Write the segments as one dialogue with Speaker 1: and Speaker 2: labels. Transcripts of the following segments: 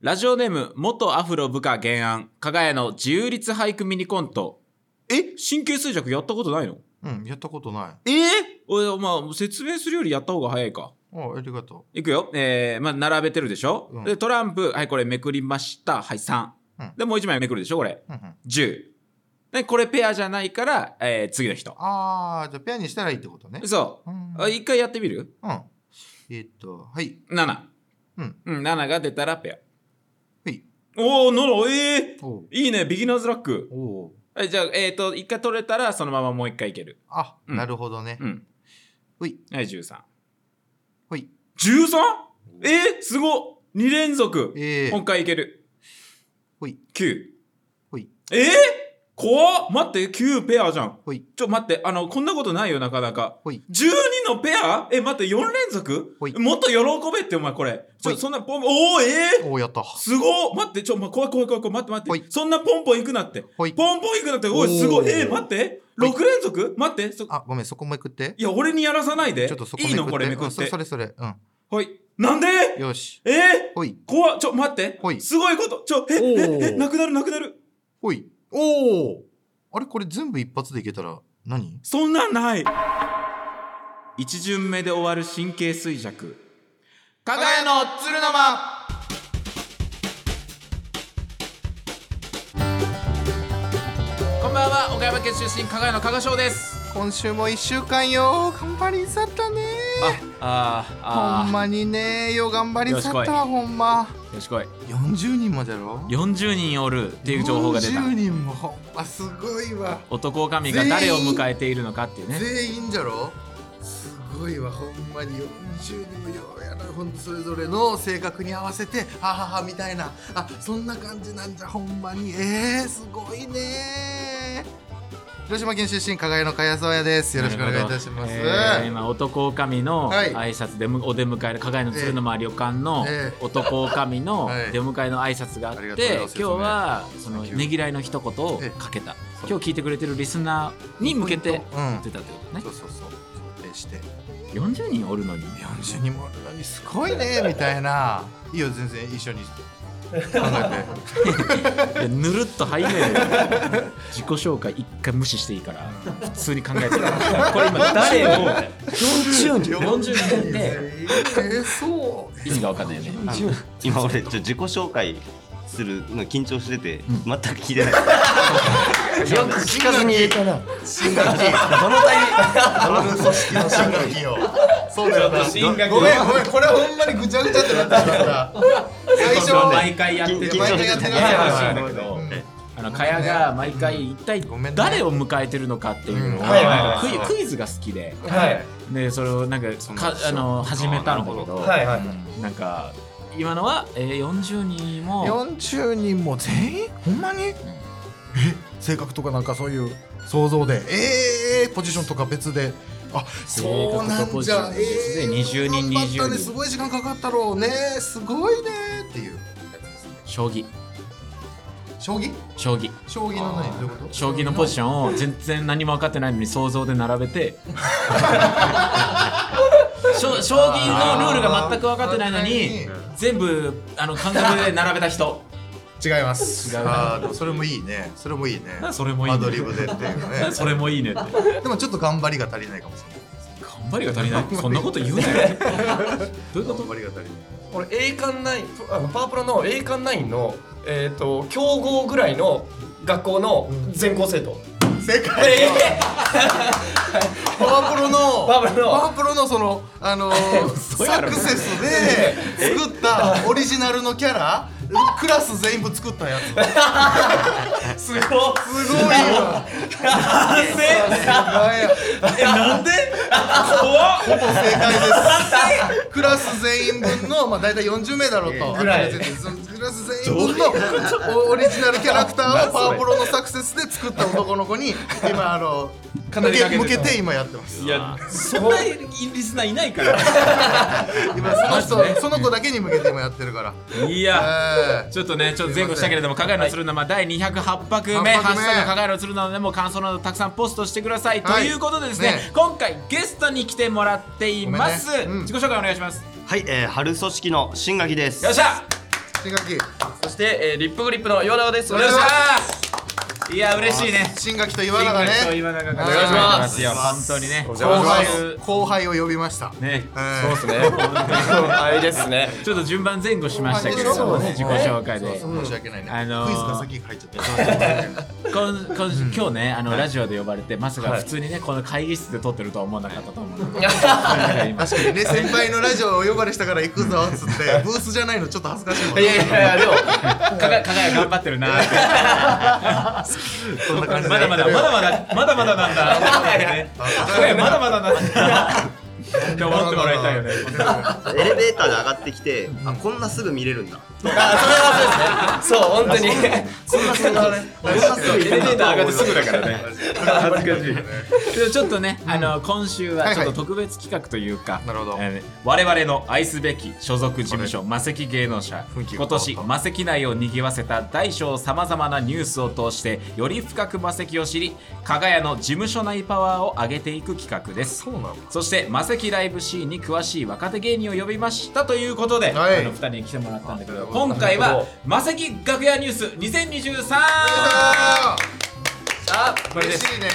Speaker 1: ラジオネーム、元アフロ部下原案、加賀屋の自由律俳句ミニコント。え神経衰弱やったことないの
Speaker 2: うん、やったことない。
Speaker 1: ええおいまあ、説明するよりやった方が早いか。
Speaker 2: あありがと
Speaker 1: いくよ。えー、まあ、並べてるでしょ、
Speaker 2: うん
Speaker 1: で、トランプ、はい、これめくりました。はい、3。
Speaker 2: うん
Speaker 1: で、もう1枚めくるでしょこれ。
Speaker 2: う。うんうん、
Speaker 1: 10。で、これペアじゃないから、えー、次の人。
Speaker 2: ああ、じゃあペアにしたらいいってことね。
Speaker 1: そ
Speaker 2: う
Speaker 1: う。
Speaker 2: ん
Speaker 1: あ一回やってみる
Speaker 2: うん。えーっと、はい。
Speaker 1: ?7。
Speaker 2: うん。
Speaker 1: うん、7が出たらペア。
Speaker 2: はい。
Speaker 1: おー、7、え
Speaker 2: おう
Speaker 1: ー、いいね、ビギナーズラック。
Speaker 2: おう。
Speaker 1: えじゃあ、えっ、と、一回取れたら、そのままもう一回いける。
Speaker 2: あ、
Speaker 1: うん
Speaker 2: なるほどね
Speaker 1: う。ん。
Speaker 2: ほい。
Speaker 1: はい、13。
Speaker 2: ほい。
Speaker 1: 13? えー、すごっ !2 連続
Speaker 2: ええ
Speaker 1: 今回いける。
Speaker 2: ほい。
Speaker 1: 9。
Speaker 2: ほい。
Speaker 1: えー、怖っ待って、9ペアじゃん。
Speaker 2: ほい。
Speaker 1: ちょ、待って、あの、こんなことないよ、なかなか。
Speaker 2: ほい。
Speaker 1: 12のペアえ、待って、4連続
Speaker 2: ほい
Speaker 1: もっと喜べって、お前、これ。ち
Speaker 2: ほ
Speaker 1: ょ、
Speaker 2: い
Speaker 1: そんなポンポン、おー、えー
Speaker 2: おう、やった。
Speaker 1: すごっ待って、ちょ、ま、怖い怖い怖い怖い、待って
Speaker 2: ほ
Speaker 1: 待っ
Speaker 2: い
Speaker 1: て。そんなポンポン行くなって。
Speaker 2: ほい。
Speaker 1: ポンポン行くなって、おい、すご
Speaker 2: お
Speaker 1: い。
Speaker 2: ー
Speaker 1: えー、待って。
Speaker 2: ほい
Speaker 1: 6連続待って。そ
Speaker 2: あ、ごめん、そこもめくって。
Speaker 1: いや、俺にやらさないで。
Speaker 2: ちょっとそこ
Speaker 1: いいのこれめく
Speaker 2: う
Speaker 1: っ
Speaker 2: んそ
Speaker 1: て
Speaker 2: そ。れそれ。う
Speaker 1: はい。なんで
Speaker 2: ん。よし。
Speaker 1: えー、
Speaker 2: ほい。
Speaker 1: 怖っちょ、待って。
Speaker 2: ほい
Speaker 1: すごいこと。ちょ、え、
Speaker 2: お
Speaker 1: え
Speaker 2: ー、
Speaker 1: え、なくなるなくなる。
Speaker 2: ほい。おお。あれこれ全部一発でいけたら何
Speaker 1: そんなんない。一巡目で終わる神経衰弱。加賀屋の
Speaker 2: の鶴の間
Speaker 1: こんばんは、岡山県出身、加賀屋の加賀翔です。
Speaker 2: 今週も一週間よ頑張りさったね
Speaker 1: あ、あ
Speaker 2: ほんまにねよ頑張りさっ
Speaker 1: よした
Speaker 2: わほんま
Speaker 1: ー、よしこい。
Speaker 2: 40人もじゃろ
Speaker 1: 40人おるっていう情報が出た。
Speaker 2: 40人もほんますごいわ
Speaker 1: 男神が誰を迎えているのかっていうね。
Speaker 2: 全員じゃろすごいわほんまに40人もようやなほんとそれぞれの性格に合わせてはははみたいなあそんな感じなんじゃほんまにえー、すごいね広島県出身加賀屋の加谷宗也ですよろしくお願いいたします
Speaker 1: なるほどえー今男女の
Speaker 2: はい
Speaker 1: 挨拶でむお出迎える加賀屋の鶴の間旅館の
Speaker 2: ええ
Speaker 1: 男女の
Speaker 2: はい
Speaker 1: 出迎えの挨拶があって、
Speaker 2: ありがとうござい
Speaker 1: 今
Speaker 2: ます
Speaker 1: 日はその
Speaker 2: 説明
Speaker 1: ねぎらいの一言を
Speaker 2: ええ
Speaker 1: かけた
Speaker 2: そう
Speaker 1: 今日聞いてくれてるリスナーに向けて
Speaker 2: ポイントうん
Speaker 1: 出たってことね
Speaker 2: そうそうそう想定して
Speaker 1: 40人おるのに
Speaker 2: 40人もあるのにすごいねみたいないいよ全然一緒に考えて
Speaker 1: いやぬるっと入んねえよ自己紹介一回無視していいから普通に考えてるこれ今誰を40人40人で
Speaker 2: えー、そう
Speaker 1: 意味が分かんないよね
Speaker 3: あの今俺ちょっと自己紹介するの緊張してて、全く聞いてない
Speaker 4: よく聞かずに言えたな。
Speaker 2: 新学期
Speaker 4: どのタイミング
Speaker 2: あの組織の新学期をそうだよな
Speaker 1: 進学
Speaker 2: ごめんごめんこれほんまにぐちゃぐちゃってなってしまった最初
Speaker 1: 毎回やってる
Speaker 3: 緊
Speaker 2: いや
Speaker 3: 張
Speaker 2: 毎回や
Speaker 3: し
Speaker 2: っててなか
Speaker 3: る
Speaker 2: った
Speaker 1: ややこしいんだけどあの、かやが毎回一体
Speaker 2: ごめんね
Speaker 1: 誰を迎えてるのかっていうのを
Speaker 2: うん
Speaker 4: はいはいは
Speaker 1: クイ
Speaker 2: い
Speaker 1: クイズが好きで、
Speaker 4: はい
Speaker 1: で、それをなんか
Speaker 2: そ、んな
Speaker 1: かあの、
Speaker 2: そう
Speaker 1: 始めたんだけど、
Speaker 4: はいはい。
Speaker 1: なんか、今のは、えー、40人も、
Speaker 2: 40人も全員ほんまにえ性格とかなんかそういう想像でえー、ポジションとか別であそうなんじゃ
Speaker 1: 性格とポジション別で
Speaker 2: えー
Speaker 1: 20人
Speaker 2: 頑張ったね
Speaker 1: 20人
Speaker 2: すごい時間かかったろうねすごいねっていうやつですね
Speaker 1: 将棋、
Speaker 2: 将棋
Speaker 1: 将棋。
Speaker 2: 将棋の何どういうこと
Speaker 1: 将棋のポジシ
Speaker 2: ョン
Speaker 1: ョンを全然何も分かってないのに想像で並べ てしょ将棋のルールが全く分かってないのに全部あの感覚で並べた 人
Speaker 2: 違います
Speaker 1: 違う
Speaker 2: あーでもそれもいいねそれもいいね
Speaker 1: それもいい
Speaker 2: アドリブ
Speaker 1: ね
Speaker 2: でっていう ね
Speaker 1: それもいいねって
Speaker 2: でもちょっと頑張りが足りないかもしれない
Speaker 1: 頑張りが足りないそんなこと言うなよどういうこ
Speaker 2: 頑
Speaker 1: と
Speaker 2: 張りが足りない
Speaker 4: 俺栄冠ナイン、あのパワープロの栄冠ナインのえっ、と競合ぐらいの学校の全校生徒。
Speaker 2: 正解
Speaker 4: え
Speaker 2: パワプロの
Speaker 4: パワプロの
Speaker 2: ワプロのそのあ のーサクセスで作ったオリジナルのキャラクラス全部作ったやつ
Speaker 4: ー、すごい。すご
Speaker 2: す ごいわなんや
Speaker 1: えなんで
Speaker 2: ほぼ正解ですクラス全員分のまあ大体40名だろうと
Speaker 4: ぐらい
Speaker 2: クラス全員分のオリジナルキャラクターをパワプロのサクセスで作った男の子に今あの
Speaker 4: かなり
Speaker 2: 向
Speaker 4: か
Speaker 2: け
Speaker 4: けてた
Speaker 2: 向けて今やってます
Speaker 4: いや、
Speaker 1: そんなリスナーいないから
Speaker 2: 今その
Speaker 1: マジね
Speaker 2: 人その子だけに向けて今やってるから
Speaker 1: いや
Speaker 2: ええ
Speaker 1: ちょっとね、ちょっと前後したけれども、かがやの鶴の間第208拍目、
Speaker 2: 800
Speaker 1: ハッシュタグかがやの鶴の間でも感想などたくさんポストしてください。と
Speaker 2: はい
Speaker 1: いうことでですね
Speaker 2: ね
Speaker 1: 今回ゲストに来てもらっています。
Speaker 2: ごめんねうん
Speaker 1: 自己紹介お願いします。
Speaker 3: はい、えー、春組織の新垣です
Speaker 1: よっしゃ
Speaker 2: 新学期
Speaker 4: そして、えー、リップグリップの岩永です。お願いし
Speaker 2: お願いし
Speaker 4: ま
Speaker 5: いや嬉しいね
Speaker 2: 新学期と岩永ね
Speaker 5: 今永が
Speaker 2: お願いします
Speaker 5: いや本当にね
Speaker 4: お
Speaker 5: 後
Speaker 4: 邪魔
Speaker 2: 後輩
Speaker 4: します
Speaker 5: 輩
Speaker 2: 後輩を呼びました
Speaker 5: ね
Speaker 2: そう
Speaker 4: す。ね。あれですね。
Speaker 1: ちょっと順番前後しましたけれど
Speaker 2: そ
Speaker 1: も
Speaker 2: う
Speaker 1: ね
Speaker 2: ね
Speaker 1: 自己紹介で
Speaker 2: 申し訳ないね
Speaker 1: あのー
Speaker 2: クイズが先に入っちゃった
Speaker 1: 今今週今日ねあのラジオで呼ばれてまさか普通にねこの会議室で撮ってるとは思わなかったと思うの で今
Speaker 2: 確かにね先輩のラジオお呼ばれしたから行くぞっつってブースじゃないのちょっと恥ずかしいもん
Speaker 4: いや
Speaker 2: ね
Speaker 4: いやいや、でも、
Speaker 1: かがかがや頑張ってるなーって
Speaker 2: そんな感じで
Speaker 1: まだまだまだまだまだまだなんだねかがやまだまだなんだって思ってもらいたいよね
Speaker 3: エレベーターで上がってきて、あこんなすぐ見れるんだ
Speaker 4: あそれはそうですね。そう、本当に。そんなね、エレベーター上がってすぐだからね。
Speaker 1: 恥ずかしいでもちょっとね、あの今週
Speaker 2: はいは
Speaker 1: はいちょっと特別企画というか、
Speaker 2: なるほど
Speaker 1: えー我々の愛すべき所属事務所魔石芸能者
Speaker 2: 雰囲気が
Speaker 1: 今年魔石内を賑わせた大小さまざまなニュースを通してより深く魔石を知り加賀屋の事務所内パワーを上げていく企画です
Speaker 2: そうなの
Speaker 1: そして魔石ライブシーンに詳しい若手芸人を呼びましたということで、
Speaker 2: はい
Speaker 1: あの2人に来てもらったんだけど今回は魔石楽屋ニュース2023
Speaker 4: あ、
Speaker 1: これで
Speaker 2: 嬉
Speaker 1: す
Speaker 2: しいね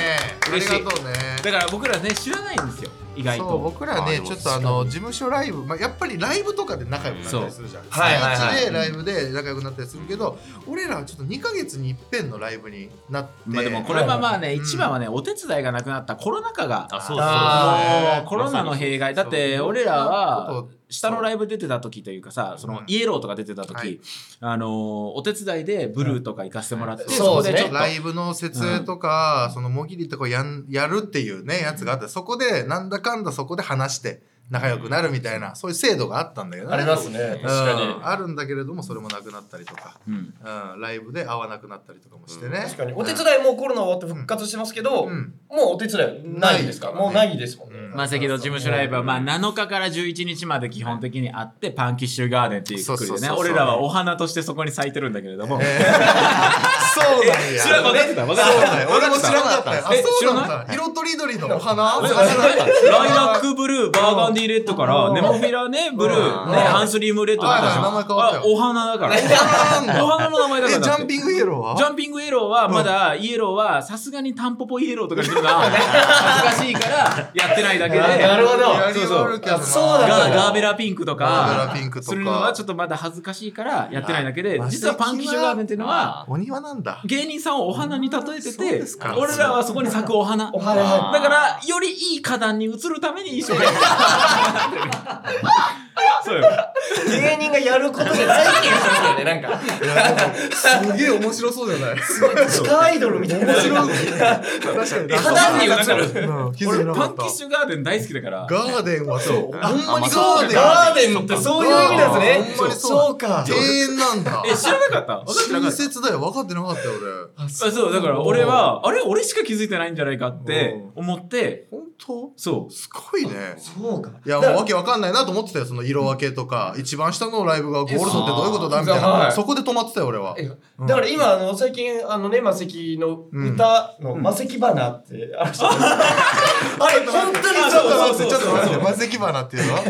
Speaker 1: 嬉しい
Speaker 2: ありがとうね
Speaker 1: だから僕らね知らないんですよ意外
Speaker 2: そう
Speaker 1: と
Speaker 2: 僕らねちょっとあの事務所ライブ、まあ、やっぱりライブとかで仲良くなったりするじゃん
Speaker 4: そうはいはいはい
Speaker 2: 月一でライブで仲良くなったりするけど、俺らはちょっと2か月に一遍のライブになって
Speaker 1: まあでもこれはまあね、一番はねお手伝いがなくなったコロナ禍が
Speaker 5: あそう
Speaker 2: あー
Speaker 1: もうコロナの弊害だって俺らは下のライブ出てた時というかさそのイエローとか出てた時、
Speaker 2: はい
Speaker 1: あのーお手伝いでブルーとか行かせてもらって、
Speaker 4: そうです
Speaker 1: こで
Speaker 4: ね
Speaker 1: ちょっ
Speaker 2: ライブの設営とか、そのもぎりとかやんやるっていうねやつがあってそこでなんだかんだそこで話して仲良くなるみたいな、そういう制度があったんだよね
Speaker 4: ありますね。確か
Speaker 2: う
Speaker 4: に
Speaker 2: ん。あるんだけれどもそれもなくなったりとか、
Speaker 1: とうん
Speaker 2: うん、ライブで会わなくなったりとかもしてね、
Speaker 4: 確かに。お手伝いもうコロナ終わって復活してますけど、
Speaker 2: う
Speaker 4: もうんお手伝いないですか
Speaker 2: ない
Speaker 4: もうないですもんね。
Speaker 2: うん
Speaker 1: まあ、関戸事務所ライブはまあ7日から11日まで基本的にあってパンキッシュガーデンっていうくくり
Speaker 2: そ
Speaker 1: で
Speaker 2: うそう
Speaker 1: ね
Speaker 2: そうそう
Speaker 1: 俺らはお花としてそこに咲いてるんだけれども、
Speaker 2: そうなんや。
Speaker 1: 知らん分かってた分かっ
Speaker 2: そ
Speaker 1: て
Speaker 2: うなん
Speaker 1: た
Speaker 2: や俺も知らんかったよ。あ、
Speaker 1: え
Speaker 2: そう
Speaker 1: 知
Speaker 2: なんだ。色とりどりのお花
Speaker 1: ライラックブルー、バーガンディレッドから、ネモフィラね、ブルー、ね、ハンスリームレッドだったじゃん。
Speaker 2: はいはい名前変わったよ
Speaker 1: あお花だから。
Speaker 2: 花なんだ
Speaker 1: お花の名前だから
Speaker 2: え、ジ
Speaker 1: だって。
Speaker 2: ャンピングイエローは
Speaker 1: ジャンピングイエローはまだイエローはさすがにタンポポイエローとかするのは恥ずかしいからやってないだけで
Speaker 4: あなるほど
Speaker 2: やりよるけどな
Speaker 4: そうそうあ
Speaker 1: ガ
Speaker 4: なるほど
Speaker 1: ーガーベラピンクと
Speaker 2: ガーベ
Speaker 1: か
Speaker 2: ラピンクとか
Speaker 1: するのはちょっとまだ恥ずかしいからやってないだけで
Speaker 2: あ
Speaker 1: 実はパンキッシュガーデンっていうのは
Speaker 2: お庭なんだ。
Speaker 1: 芸人さんをお花に例えて
Speaker 2: そう
Speaker 1: て
Speaker 2: ですか
Speaker 1: 俺らはそこに咲くお花
Speaker 4: お花はい
Speaker 1: だから、よりいい花壇に移るために一生懸命。そうよ。
Speaker 4: 芸人がやることじゃないっていう人だよね、なんか。
Speaker 2: すげえ面白そうじゃない。
Speaker 4: 地下アイドルみたいな。
Speaker 2: 面白い。確かに。
Speaker 4: 花になる。
Speaker 2: うん気づい
Speaker 1: 俺
Speaker 2: てな
Speaker 1: パ
Speaker 2: か
Speaker 1: ン
Speaker 2: っ
Speaker 1: キッ
Speaker 2: た。
Speaker 1: シュガーデン大好きだから。
Speaker 2: ガーデンはそう。ほんまに
Speaker 4: そうか
Speaker 2: ガ
Speaker 4: ガ
Speaker 2: ー
Speaker 4: ーデンってそういう意味なんですね。
Speaker 2: ほんまにそう
Speaker 4: そうか。
Speaker 2: デン。庭園なんだ。
Speaker 1: え、知らなかった分かってなか
Speaker 2: 親
Speaker 1: った
Speaker 2: 切だよ。分かってなかったよ俺。
Speaker 1: あそう、だから俺は、あれ俺しか気づいてないんじゃないかって思って、
Speaker 2: 本当
Speaker 1: そ
Speaker 2: すごいね。
Speaker 4: そうか。
Speaker 2: いやもうわけわかんないなと思ってたよその色分けとか、一番下のライブがゴールドってどういうことだみたいな、
Speaker 4: はい
Speaker 2: そこで止まってたよ俺は
Speaker 4: えだから今、あの、最近、あのね、魔石の歌の、魔石 花って、あれ、あれ本当に
Speaker 2: ちょっと
Speaker 4: そう
Speaker 2: 待ってちょっと待ってマセキバナっていうのは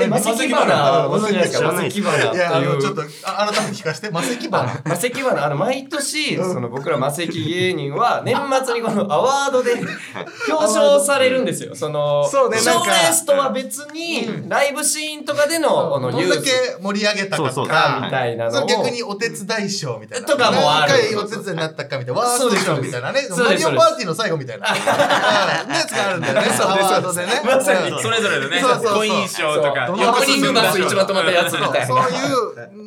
Speaker 4: え、マセキバナ、ご存知ないですかマセキバナって
Speaker 2: いやあ
Speaker 4: い
Speaker 2: の
Speaker 4: う。
Speaker 2: ちょっとあ改めて聞かせてマセキバナ
Speaker 4: あマセキバナ、あの、毎年、その僕らマセキ芸人 は、年末にこのアワードで表彰されるんですよ。その、賞
Speaker 2: そう
Speaker 4: レ
Speaker 2: ねなんか
Speaker 4: ースとは別に、ライブシーンとかでの、あの、
Speaker 2: どん
Speaker 4: ニュ
Speaker 2: だ
Speaker 4: ース
Speaker 2: け盛り上げたか
Speaker 3: そ
Speaker 2: と
Speaker 3: うそう
Speaker 2: か
Speaker 3: はい
Speaker 4: みたいな
Speaker 2: その
Speaker 4: のを。
Speaker 2: 逆にお手伝い賞みたいな
Speaker 4: とかもある
Speaker 2: 何回お手伝いになったかみたいなワースト賞みたいなね
Speaker 4: そう
Speaker 2: マ
Speaker 4: で
Speaker 2: リ
Speaker 4: すそうで
Speaker 2: オ
Speaker 4: す
Speaker 2: パーティーの最後み たいなうんやつがあるんだよね
Speaker 4: そうです
Speaker 2: アワードでね
Speaker 4: まさに
Speaker 2: うん
Speaker 1: う。それぞれのね
Speaker 2: そうそうそう、
Speaker 1: コイン賞とか
Speaker 4: そ。
Speaker 2: ど
Speaker 4: う
Speaker 2: んな
Speaker 4: 横に
Speaker 2: 進んだ
Speaker 4: 沼津一まとまったやつみたいな。
Speaker 2: そうい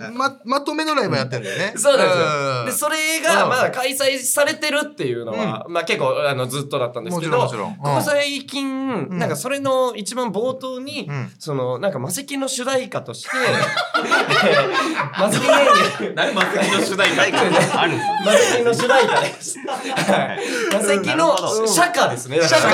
Speaker 2: うままとめのライブやってるんだよね
Speaker 4: そうなんです
Speaker 2: ん
Speaker 4: よ。で、それが、まだ開催されてるっていうのは、まあ結構、あの、ずっとだったんですけど、
Speaker 2: もちろんもちろんうん
Speaker 4: ここ最近、なんかそれの一番冒頭に、
Speaker 2: ん
Speaker 4: その、なんか魔石の主題歌 として、 魔石芸人、
Speaker 1: 何マスキの主題歌
Speaker 3: あるんです
Speaker 4: 魔石の主題歌です。はい魔石の釈迦ですね。 釈迦。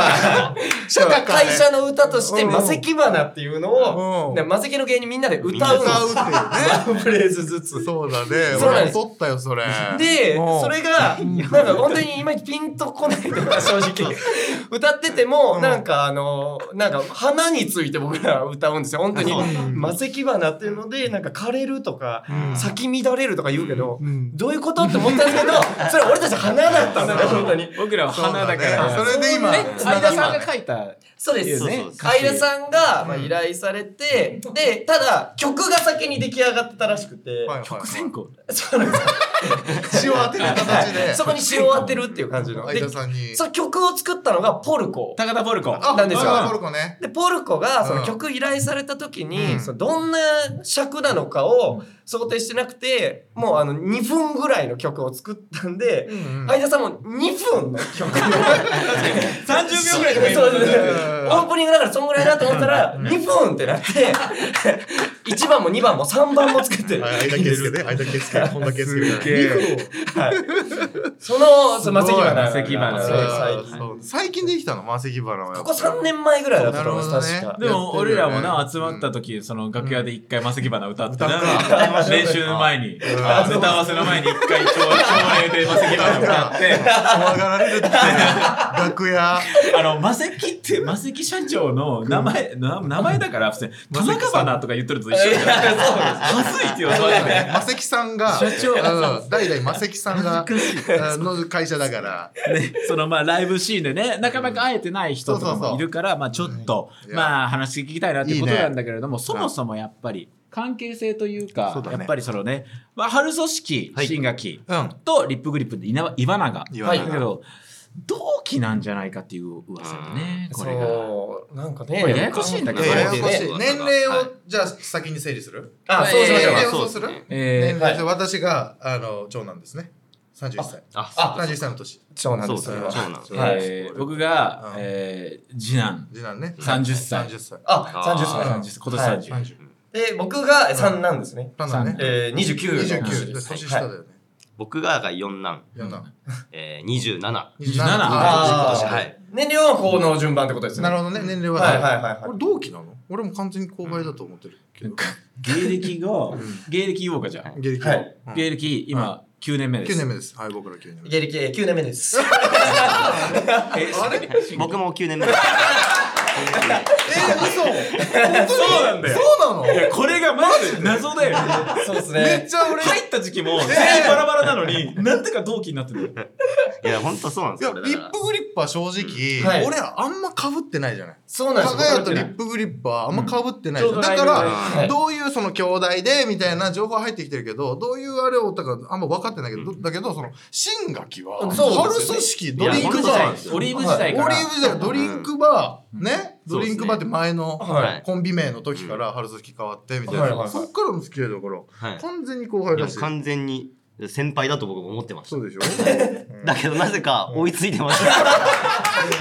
Speaker 2: 釈迦ね
Speaker 4: 会社の歌として、魔石花っていうの
Speaker 2: う
Speaker 4: を、
Speaker 2: ん
Speaker 4: で魔石の芸人みんなで歌う
Speaker 3: みんなで
Speaker 4: の。
Speaker 2: 歌うっていうね
Speaker 4: ワンフレーズずつ。
Speaker 2: そうだね。
Speaker 4: そうなん
Speaker 2: 俺
Speaker 4: です
Speaker 2: も撮ったよ、それ。
Speaker 4: で、
Speaker 2: うん
Speaker 4: それが、なんか本当に今ピンとこないと か正直。歌ってても、なんかあの、なんか花について僕ら歌うんですよ。本当に。魔石花なっていうのでなんか枯れるとか、
Speaker 2: うん
Speaker 4: 咲き乱れるとか言うけど、
Speaker 2: うん
Speaker 4: どういうことって思ったんですけどそれは俺たち花だったんだよ本当に。
Speaker 1: 僕らは花だから
Speaker 2: そうだねそれで今
Speaker 1: ね相田さんが書いた
Speaker 4: そうで
Speaker 1: です
Speaker 4: す。
Speaker 1: ね
Speaker 4: 相田さんがまあ依頼されて、で、ただ曲が先に出来上がってたらしくて、
Speaker 2: はいはい
Speaker 1: 曲線香
Speaker 4: そうなんです
Speaker 2: 血を当てる形で
Speaker 4: そこに詩を当てるっていう感じの。
Speaker 2: 相
Speaker 4: で
Speaker 2: 田、さんに
Speaker 4: その曲を作ったのがポルコ。
Speaker 1: 高田ポルコ
Speaker 2: あ
Speaker 4: なんですよ
Speaker 2: マラポルコね
Speaker 4: で、ポルコがそ
Speaker 2: うん
Speaker 4: の曲依頼された時に、
Speaker 2: うん
Speaker 4: そのどんな尺なのかを想定してなくて、もうあの2分ぐらいの曲を作ったんで、
Speaker 2: うん
Speaker 4: 相田さんも2分の曲を
Speaker 5: 三十 秒ぐらいでもいいも
Speaker 4: そ
Speaker 5: ん
Speaker 4: う
Speaker 5: ね
Speaker 4: そうそう オープニングだからそんぐらいだと思ったら2分ってなって 1番も2番も3番も作って
Speaker 2: はい相田圭介ね相田圭介本田圭介みたいな
Speaker 4: はいそのその
Speaker 2: す
Speaker 4: 魔石
Speaker 2: ごい
Speaker 4: 花
Speaker 1: 魔石花
Speaker 4: が
Speaker 1: ね
Speaker 4: す
Speaker 1: そう
Speaker 4: ごい
Speaker 2: あ
Speaker 4: 最
Speaker 2: ー
Speaker 4: 近
Speaker 2: そう最近できたのマーセキバラはやっ
Speaker 4: こ
Speaker 2: ぱ
Speaker 4: こ3年前ぐらいだったと思います
Speaker 2: なるほ
Speaker 4: 確
Speaker 2: ど
Speaker 4: か
Speaker 2: ね
Speaker 1: でも俺らも
Speaker 2: や
Speaker 1: な
Speaker 2: って
Speaker 1: 集
Speaker 2: るよね
Speaker 1: まった時その楽屋で一回マセキ花歌って
Speaker 2: 歌っ
Speaker 1: 練習の前にネタ合わせの前に一回朝礼でマセキ花歌って
Speaker 2: 怖がられるって楽屋
Speaker 1: あの、マセキって、マセキ社長の名前、な名前だから、普通に、田中花とか言ってると一緒じゃん。はずいってよ、それね。
Speaker 2: マセキさんが
Speaker 1: 社長
Speaker 2: うん代々マセキさんがあの会社だから
Speaker 1: ねそのまあ、ライブシーンでね、なかなか会えてない人とか
Speaker 2: そうそうそ
Speaker 1: も
Speaker 2: う
Speaker 1: いるから、まあ、ちょっと、
Speaker 2: いや
Speaker 1: まあ、話聞きたいなってこと
Speaker 2: いいね
Speaker 1: なんだけれども、そもそもやっぱり、関係性という
Speaker 2: そう
Speaker 1: か、
Speaker 2: だね
Speaker 1: やっぱりそのね、まあ、春組織、新垣
Speaker 2: うん
Speaker 1: とリップグリップで稲岩永。
Speaker 2: 言
Speaker 4: は
Speaker 2: わ
Speaker 4: い
Speaker 2: な
Speaker 1: だけど、同期なんじゃないかっていう噂でね、これが。
Speaker 4: そうなんかね
Speaker 1: これややこしいんだけど
Speaker 2: ややこ
Speaker 1: ね
Speaker 2: しい年齢をじゃあ先に整理する
Speaker 4: あそうしましょう
Speaker 2: えー
Speaker 4: か
Speaker 2: そうする
Speaker 1: え
Speaker 2: 年
Speaker 1: ー
Speaker 2: 齢で私があの長男ですね31歳
Speaker 3: あ、
Speaker 4: あ
Speaker 2: 31歳の年
Speaker 4: そうなん
Speaker 3: そ
Speaker 4: で
Speaker 3: う
Speaker 4: す
Speaker 3: そう
Speaker 4: よ
Speaker 3: だ、長男。
Speaker 4: はい
Speaker 1: えー僕が
Speaker 2: うん、
Speaker 1: えー次男。
Speaker 2: 次男ね
Speaker 1: 30歳
Speaker 2: 30歳
Speaker 4: あ三30歳
Speaker 1: 30歳今年
Speaker 4: は
Speaker 1: 30
Speaker 4: い
Speaker 2: 30
Speaker 4: で僕が3なんですね
Speaker 2: なんだね
Speaker 4: えー29の
Speaker 2: 29
Speaker 4: です
Speaker 2: 年下だよね
Speaker 3: 僕がが四男、
Speaker 2: 四男
Speaker 3: えー、二十七。
Speaker 1: 27
Speaker 3: 今
Speaker 4: あー
Speaker 3: 年はい。
Speaker 4: 年齢はこの順番ってことですね
Speaker 2: なるほどね年齢は
Speaker 4: はいはいはいはい
Speaker 2: 俺同期なの俺も完全に後輩だと思ってるけど
Speaker 1: 芸歴が、芸歴言おうかじゃん。
Speaker 2: 芸歴
Speaker 4: は
Speaker 2: はい
Speaker 1: 芸歴、今、9年目です。
Speaker 2: 9年目ですはい僕ら9年目
Speaker 4: 芸歴えー9年目です
Speaker 1: えあれ
Speaker 3: 僕も九年目。
Speaker 2: え 嘘
Speaker 1: そうなんだよ
Speaker 2: そうなの
Speaker 1: いや、これがまず謎だよね。
Speaker 4: そうですね
Speaker 2: めっちゃ俺
Speaker 1: 入った時期も全員バラバラなのに、なんでか同期になってるの
Speaker 3: いや、本当そうなんで
Speaker 2: いや
Speaker 3: すよ。これ
Speaker 2: リ
Speaker 3: だ
Speaker 2: ッ
Speaker 3: から
Speaker 2: プグリッパー正直、
Speaker 4: はい
Speaker 2: 俺らあんま被ってないじゃない
Speaker 4: そうなんです
Speaker 2: 加
Speaker 4: よ
Speaker 2: 賀谷とリップグリッパーあんま被ってないじゃん、
Speaker 1: うん
Speaker 2: だか
Speaker 1: ちょうどライブ
Speaker 2: ら、
Speaker 4: はい
Speaker 2: どういうその兄弟でみたいな情報入ってきてるけどどういうあれをだからあんま分かってないけど、だけどその新垣は、
Speaker 4: うんそう
Speaker 2: 春
Speaker 4: ですよね
Speaker 2: 組織
Speaker 1: い
Speaker 2: ド
Speaker 1: や
Speaker 2: リンクバー
Speaker 1: オリーブ時代か
Speaker 2: オリ
Speaker 1: ら。
Speaker 2: ーブ時代ドリンクバー、ね
Speaker 3: そ
Speaker 2: ド
Speaker 3: うですね
Speaker 2: リンクバーって前の
Speaker 4: はい
Speaker 2: コンビ名の時から春組織変わってみたいな、
Speaker 4: はいはいはい
Speaker 2: そっからの付き合いだから
Speaker 3: はい。
Speaker 2: 完全に後輩
Speaker 3: い
Speaker 2: だ
Speaker 3: や
Speaker 2: し
Speaker 3: 完全に先輩だと僕も思ってまし
Speaker 2: そうでしょ
Speaker 3: た。だけどなぜか追いついてました。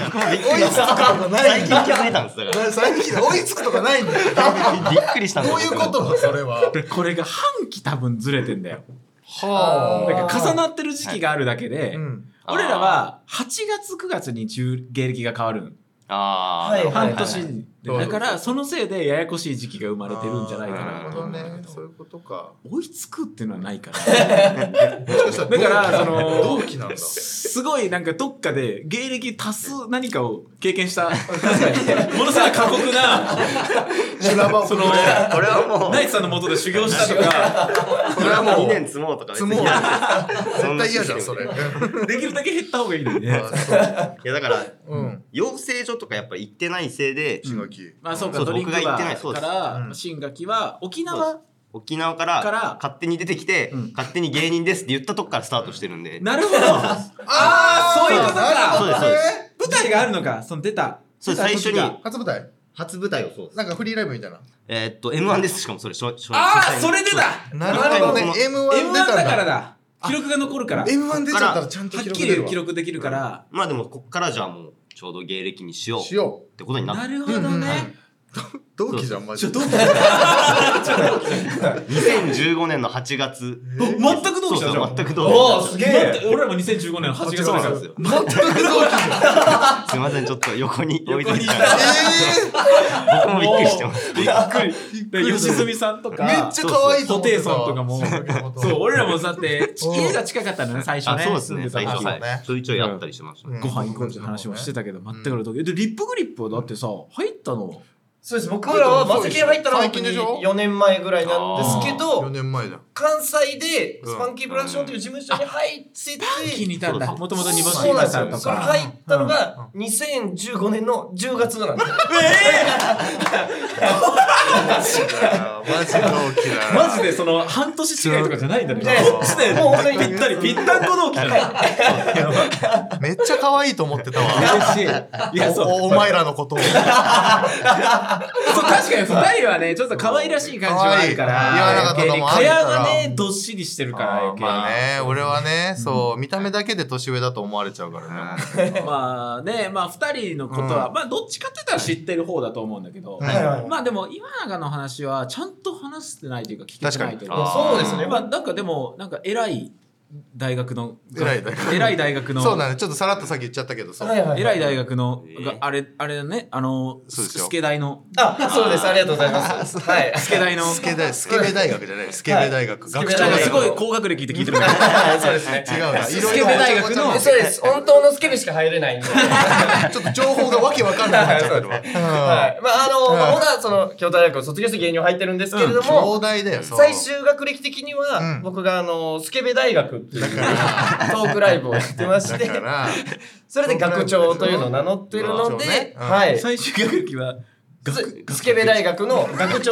Speaker 3: 僕 もびっくりした。最近気づいたんですだか
Speaker 2: 最近追いつくとかないんだよ
Speaker 3: ら。びっくりしたんで す
Speaker 2: どう
Speaker 3: よ
Speaker 2: いうことそれは
Speaker 1: でこれが半期多分ずれてんだよ。
Speaker 2: は
Speaker 4: あ
Speaker 1: だから重なってる時期があるだけで、
Speaker 2: うん
Speaker 3: あー
Speaker 1: 俺らは8月9月に中芸歴が変わるん
Speaker 3: ああ、
Speaker 4: はいはい
Speaker 1: 半年で、
Speaker 2: はい
Speaker 1: だからそのせいでややこしい時期が生まれてるんじゃないかな
Speaker 2: なるほどねそういうことか
Speaker 1: 追いつくっていうのはないから
Speaker 2: もしかした
Speaker 1: だからその
Speaker 2: 同期なんだ
Speaker 1: すごいなんかどっかで芸歴足す何かを経験したものすごい過酷な
Speaker 2: 修羅場を
Speaker 1: その
Speaker 3: 俺はもう、
Speaker 1: ナイツさんのもとで修行したとか
Speaker 3: 俺はもう2年積もうとか別
Speaker 2: 積
Speaker 3: に
Speaker 2: もう
Speaker 3: そ
Speaker 2: 絶
Speaker 3: んな
Speaker 2: 対嫌じゃんそれ
Speaker 1: できるだけ減った方がいいのにね
Speaker 2: あそう
Speaker 3: いやだから、
Speaker 2: うん
Speaker 3: 養成所とかやっぱ行ってないせいで、
Speaker 2: 石垣
Speaker 1: まあそうか
Speaker 3: そう
Speaker 1: ドリンクバ
Speaker 3: 僕が行ってないそ
Speaker 1: ー
Speaker 3: う
Speaker 1: か
Speaker 3: です
Speaker 1: ら
Speaker 2: うん
Speaker 1: 新垣は沖縄
Speaker 3: 沖縄から
Speaker 1: から
Speaker 3: 勝手に出てきて、
Speaker 1: うん
Speaker 3: 勝手に芸人ですって言ったとこからスタートしてるんで、
Speaker 1: なるほど
Speaker 2: あ
Speaker 1: そういうことか
Speaker 3: そうですそうです
Speaker 2: す
Speaker 1: 舞台があるのかその出た
Speaker 3: そう最初に
Speaker 1: 出た時が
Speaker 2: 初舞台
Speaker 3: 初舞台をそうです
Speaker 2: なんかフリーライブみたいな
Speaker 3: えーっと M1 ですしかもそれ初初
Speaker 1: あ
Speaker 3: 初
Speaker 1: あ
Speaker 3: 回の
Speaker 1: それでだ
Speaker 2: なるほどね
Speaker 3: この
Speaker 2: M1 出
Speaker 1: M1
Speaker 2: たん
Speaker 1: だから
Speaker 2: だ
Speaker 1: だ記録が残るから
Speaker 2: M1 出ちゃったらちゃんと
Speaker 1: はっ
Speaker 2: 記録
Speaker 1: き
Speaker 2: 出る
Speaker 1: り
Speaker 2: わ
Speaker 1: 記録できるから、
Speaker 3: まあでもこっからじゃあもうちょうど芸歴にしようっ
Speaker 2: しよ
Speaker 3: てことになっ
Speaker 1: な
Speaker 3: て
Speaker 1: るほど
Speaker 2: うんうん
Speaker 1: ね。
Speaker 2: う同期じゃんマジで
Speaker 3: 2015年の8月
Speaker 1: お全く同期じゃん。
Speaker 3: そうそう全く同期
Speaker 4: おおすげ
Speaker 1: だって
Speaker 4: え
Speaker 1: 俺らも2015年の8月
Speaker 3: そう
Speaker 1: だ
Speaker 3: な
Speaker 1: か
Speaker 3: ん
Speaker 1: ら
Speaker 3: ですよ
Speaker 2: え
Speaker 3: すいませんちょっと横に置いて
Speaker 1: 横に
Speaker 3: い
Speaker 1: い
Speaker 3: た
Speaker 1: た
Speaker 3: だいて
Speaker 2: え
Speaker 3: 僕もびっくりしてます
Speaker 1: びっくり。で
Speaker 2: びっくり
Speaker 1: 吉住さんとか、
Speaker 2: めっちゃ可愛いと
Speaker 1: ホ
Speaker 2: 思って
Speaker 1: テイ
Speaker 2: た
Speaker 1: ソンとかも、そう、俺らもだって、
Speaker 2: うん
Speaker 1: 家が近かったのね、最初
Speaker 3: あ
Speaker 1: ね。
Speaker 3: そうですね
Speaker 1: 住
Speaker 3: 最
Speaker 1: んでた
Speaker 3: 初
Speaker 1: 時
Speaker 2: そう
Speaker 3: は
Speaker 2: ね
Speaker 3: いちょいちょいあったりしましたね
Speaker 2: うん
Speaker 1: ご飯行こうって話もしてたけど、全くの時。で、リップグリップはだってさ、入ったの、
Speaker 4: そうです僕らはマセキに入ったのは
Speaker 2: 最近でしょ
Speaker 4: 4年前ぐらいなんですけ
Speaker 2: 4
Speaker 4: ど
Speaker 2: 年前だ
Speaker 4: 関西で
Speaker 2: うん
Speaker 4: スパンキープロダクションという事務所に入ってて、
Speaker 1: 気にいたんだ。もともと煮干し
Speaker 4: そうな
Speaker 1: 屋
Speaker 4: んです
Speaker 1: さん
Speaker 4: よ。
Speaker 1: と
Speaker 4: それ
Speaker 1: か。
Speaker 4: 入ったのが2015年の10月なんですよ。
Speaker 2: マジ同期だな
Speaker 1: マジでその半年違いとかじゃないんだね。
Speaker 4: で、もう本当に
Speaker 1: ぴったりぴったんこ同期だね。
Speaker 2: めっちゃ可愛いと思ってたわ
Speaker 1: 嬉しい。いやそう。
Speaker 2: おお前らのこと を
Speaker 1: そう確かに二人はねちょっと可愛らしい感じはあるか
Speaker 2: 可愛い言わな
Speaker 1: ら
Speaker 2: かった
Speaker 1: 余計
Speaker 2: の
Speaker 1: に
Speaker 2: もあ
Speaker 1: 蚊
Speaker 2: るから
Speaker 1: 帳がねどっしりしてるから余計
Speaker 2: まあね俺はねそう見た目だけで年上だと思われちゃうからね
Speaker 1: まあねまあ二人のことはまあどっちかって言ったら知ってる方だと思うんだけど
Speaker 2: うん
Speaker 1: まあでも今永の話はちゃんと話してないというか聞けてないという
Speaker 3: 確
Speaker 1: か
Speaker 3: か
Speaker 4: そうですね。
Speaker 1: ま
Speaker 4: ま
Speaker 1: あなんかでもなんか偉い大学の
Speaker 2: 偉い大学
Speaker 1: 偉い大学の
Speaker 2: そうなんだちょっとさらっとさっき言っちゃったけど
Speaker 4: あ、
Speaker 2: そう
Speaker 4: はいはい。
Speaker 1: 偉い大学の
Speaker 3: えー
Speaker 1: があれあれだねあの
Speaker 2: そうですよ
Speaker 1: スケ大の
Speaker 4: あ、そうです。ありがとうございま す。はい。
Speaker 1: スケ大の
Speaker 2: スケ大スケベ大学じゃないスケベ大学
Speaker 4: は
Speaker 2: 学
Speaker 4: いスケ
Speaker 1: なん
Speaker 2: 長
Speaker 4: ベ
Speaker 1: か
Speaker 2: が
Speaker 4: 大
Speaker 1: す
Speaker 4: 学
Speaker 1: ごい高学歴って聞いてるから
Speaker 4: そうですね。
Speaker 2: 違うな
Speaker 1: スケベ大学の
Speaker 2: いろいろ
Speaker 4: そうです。本当のスケベしか入れないん で。
Speaker 2: ちょっと情報がわけわかんなくなっちゃってるわ
Speaker 4: はい。まあ、あの、ま
Speaker 2: う
Speaker 4: あ
Speaker 2: ん
Speaker 4: ほな、その、京都大学を卒業して芸人を入ってるんですけれども、
Speaker 2: 壮大だよそう
Speaker 4: 最終学歴的に
Speaker 2: う
Speaker 4: は
Speaker 2: ん、
Speaker 4: 僕が、あの、スケベ大学っていうトークライブをやってまし
Speaker 2: だ
Speaker 4: て、
Speaker 2: から
Speaker 4: それで学長というのを名乗ってるの
Speaker 2: 学長ね
Speaker 4: で、
Speaker 2: うん
Speaker 4: はい。
Speaker 1: 最終学歴は
Speaker 4: ススケベ大学の学長。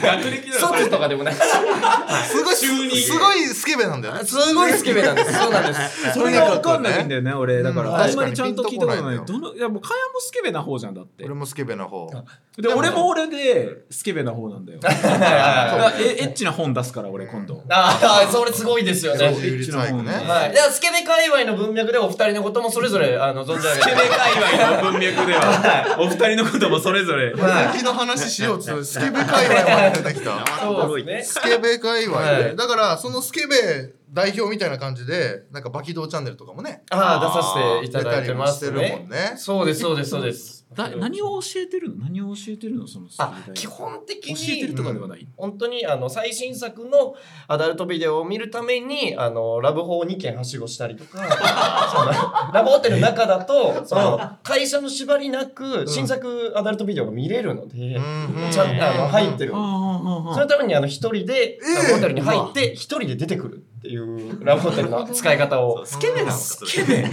Speaker 1: 学歴
Speaker 4: 卒とかでもない。
Speaker 2: すごいすごいスケベなんだよね
Speaker 4: すごいスケベなんです。そうな んです。
Speaker 1: それがわかんないんだよね、俺。だか
Speaker 2: うん
Speaker 1: ら、あ
Speaker 2: 確
Speaker 1: ん
Speaker 2: か
Speaker 1: ま
Speaker 2: に
Speaker 1: りちゃんと聞いたことな
Speaker 2: ピン
Speaker 1: い。
Speaker 2: と
Speaker 1: どの、いや、もう、かやもスケベな方じゃんだって
Speaker 2: 俺。もスケベの方
Speaker 1: で、俺も俺で、スケベな方なんだよ。だからえエッチな本出すから、俺、今度。
Speaker 4: ああ、それすごいですよね。
Speaker 2: そういうリサイクルね
Speaker 4: はい。だからスケベ界隈の文脈でお二人のこともそれぞれ、あの、存じ上げて。スケベ界
Speaker 1: の文脈では、お二人のこともそれぞれ。
Speaker 2: 続きの話しようっつったのにスケベ界隈まで出てきた
Speaker 4: そうです
Speaker 2: ス
Speaker 4: ね。
Speaker 2: ケベ界隈で、
Speaker 4: はい
Speaker 2: だからそのスケベ代表みたいな感じでなんかバキドーチャンネルとかもね
Speaker 4: ああ、出させていた
Speaker 2: 出
Speaker 4: だ
Speaker 2: た
Speaker 4: い
Speaker 2: り
Speaker 4: て
Speaker 2: も
Speaker 4: ま
Speaker 2: してる
Speaker 4: す
Speaker 2: もん
Speaker 4: ね。
Speaker 2: ね
Speaker 4: そうです、そうです、そうです。
Speaker 1: だ何を教えてるの何を教えてるのそのスケベ
Speaker 4: あ
Speaker 1: 大学
Speaker 4: 基本的
Speaker 1: 教えてる
Speaker 4: に
Speaker 1: とかではない。
Speaker 4: 本当にあの最新作のアダルトビデオを見るためにあのラブホを2軒はしごしたりとか そのラブホテルの中だとその会社の縛りなく新作アダルトビデオが見れるので、
Speaker 2: うんうん
Speaker 4: ちゃんとあの入ってる、
Speaker 1: ああ
Speaker 4: そ
Speaker 1: あああ
Speaker 4: のためにあの一人でラブホテルに入って一人で出てくるっていうラブホテルの使い方を
Speaker 3: スケベなのか
Speaker 1: あ
Speaker 3: それ
Speaker 1: スケベ
Speaker 2: めっ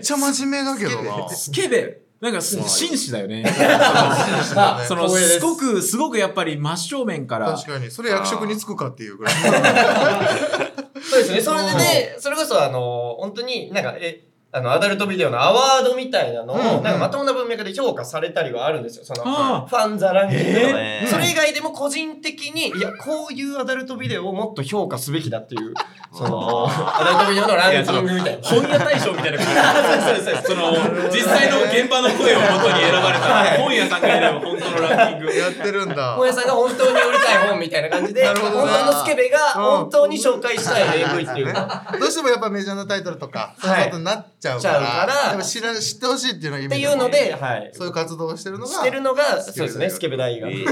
Speaker 2: ちゃ真面目だけどな
Speaker 1: スケベなんか、す紳士だよ ね。
Speaker 4: あ
Speaker 1: その、
Speaker 4: 光栄です
Speaker 1: すごく、すごくやっぱり真正面から
Speaker 2: 確、かにそれ役職に就くかっていうぐらい
Speaker 4: そうですね。それでね、それこそあの、本当になんか、え、あの、アダルトビデオのアワードみたいなのを、
Speaker 2: うんうん
Speaker 4: なんかまともな文脈で評価されたりはあるんですよ。その、フ
Speaker 1: あ
Speaker 4: ァンザランキングとか
Speaker 1: へ
Speaker 4: ね
Speaker 3: え
Speaker 4: それ以外でも個人的に、いや、こういうアダルトビデオをもっと評価すべきだっていう、その、アダルトビデオのランキングみたいな。
Speaker 1: 本屋大賞みたいな 感じその実際の現場の声をもとに選ばれた本屋さんが選ぶ本当のランキング
Speaker 2: やってるんだ
Speaker 4: 本屋さんが本当に売りたい本みたいな感じで、
Speaker 2: な
Speaker 4: 本
Speaker 2: るほどな
Speaker 4: 当のスケベが
Speaker 2: うん
Speaker 4: 本当に紹介したい AV っていう。
Speaker 2: どうしてもやっぱメジャーなタイトルとかそう
Speaker 4: は
Speaker 2: い
Speaker 4: い
Speaker 2: うことになっちゃうか
Speaker 4: ちゃうからら
Speaker 2: でも知ら知ってほしいっていうのは意
Speaker 4: っ
Speaker 2: 味
Speaker 4: て
Speaker 2: で
Speaker 4: いうので、はい。
Speaker 2: そういう活動をしてるのが
Speaker 4: してるのが、
Speaker 2: スケベ大学
Speaker 4: そうですね、スケベ大学
Speaker 3: え
Speaker 4: で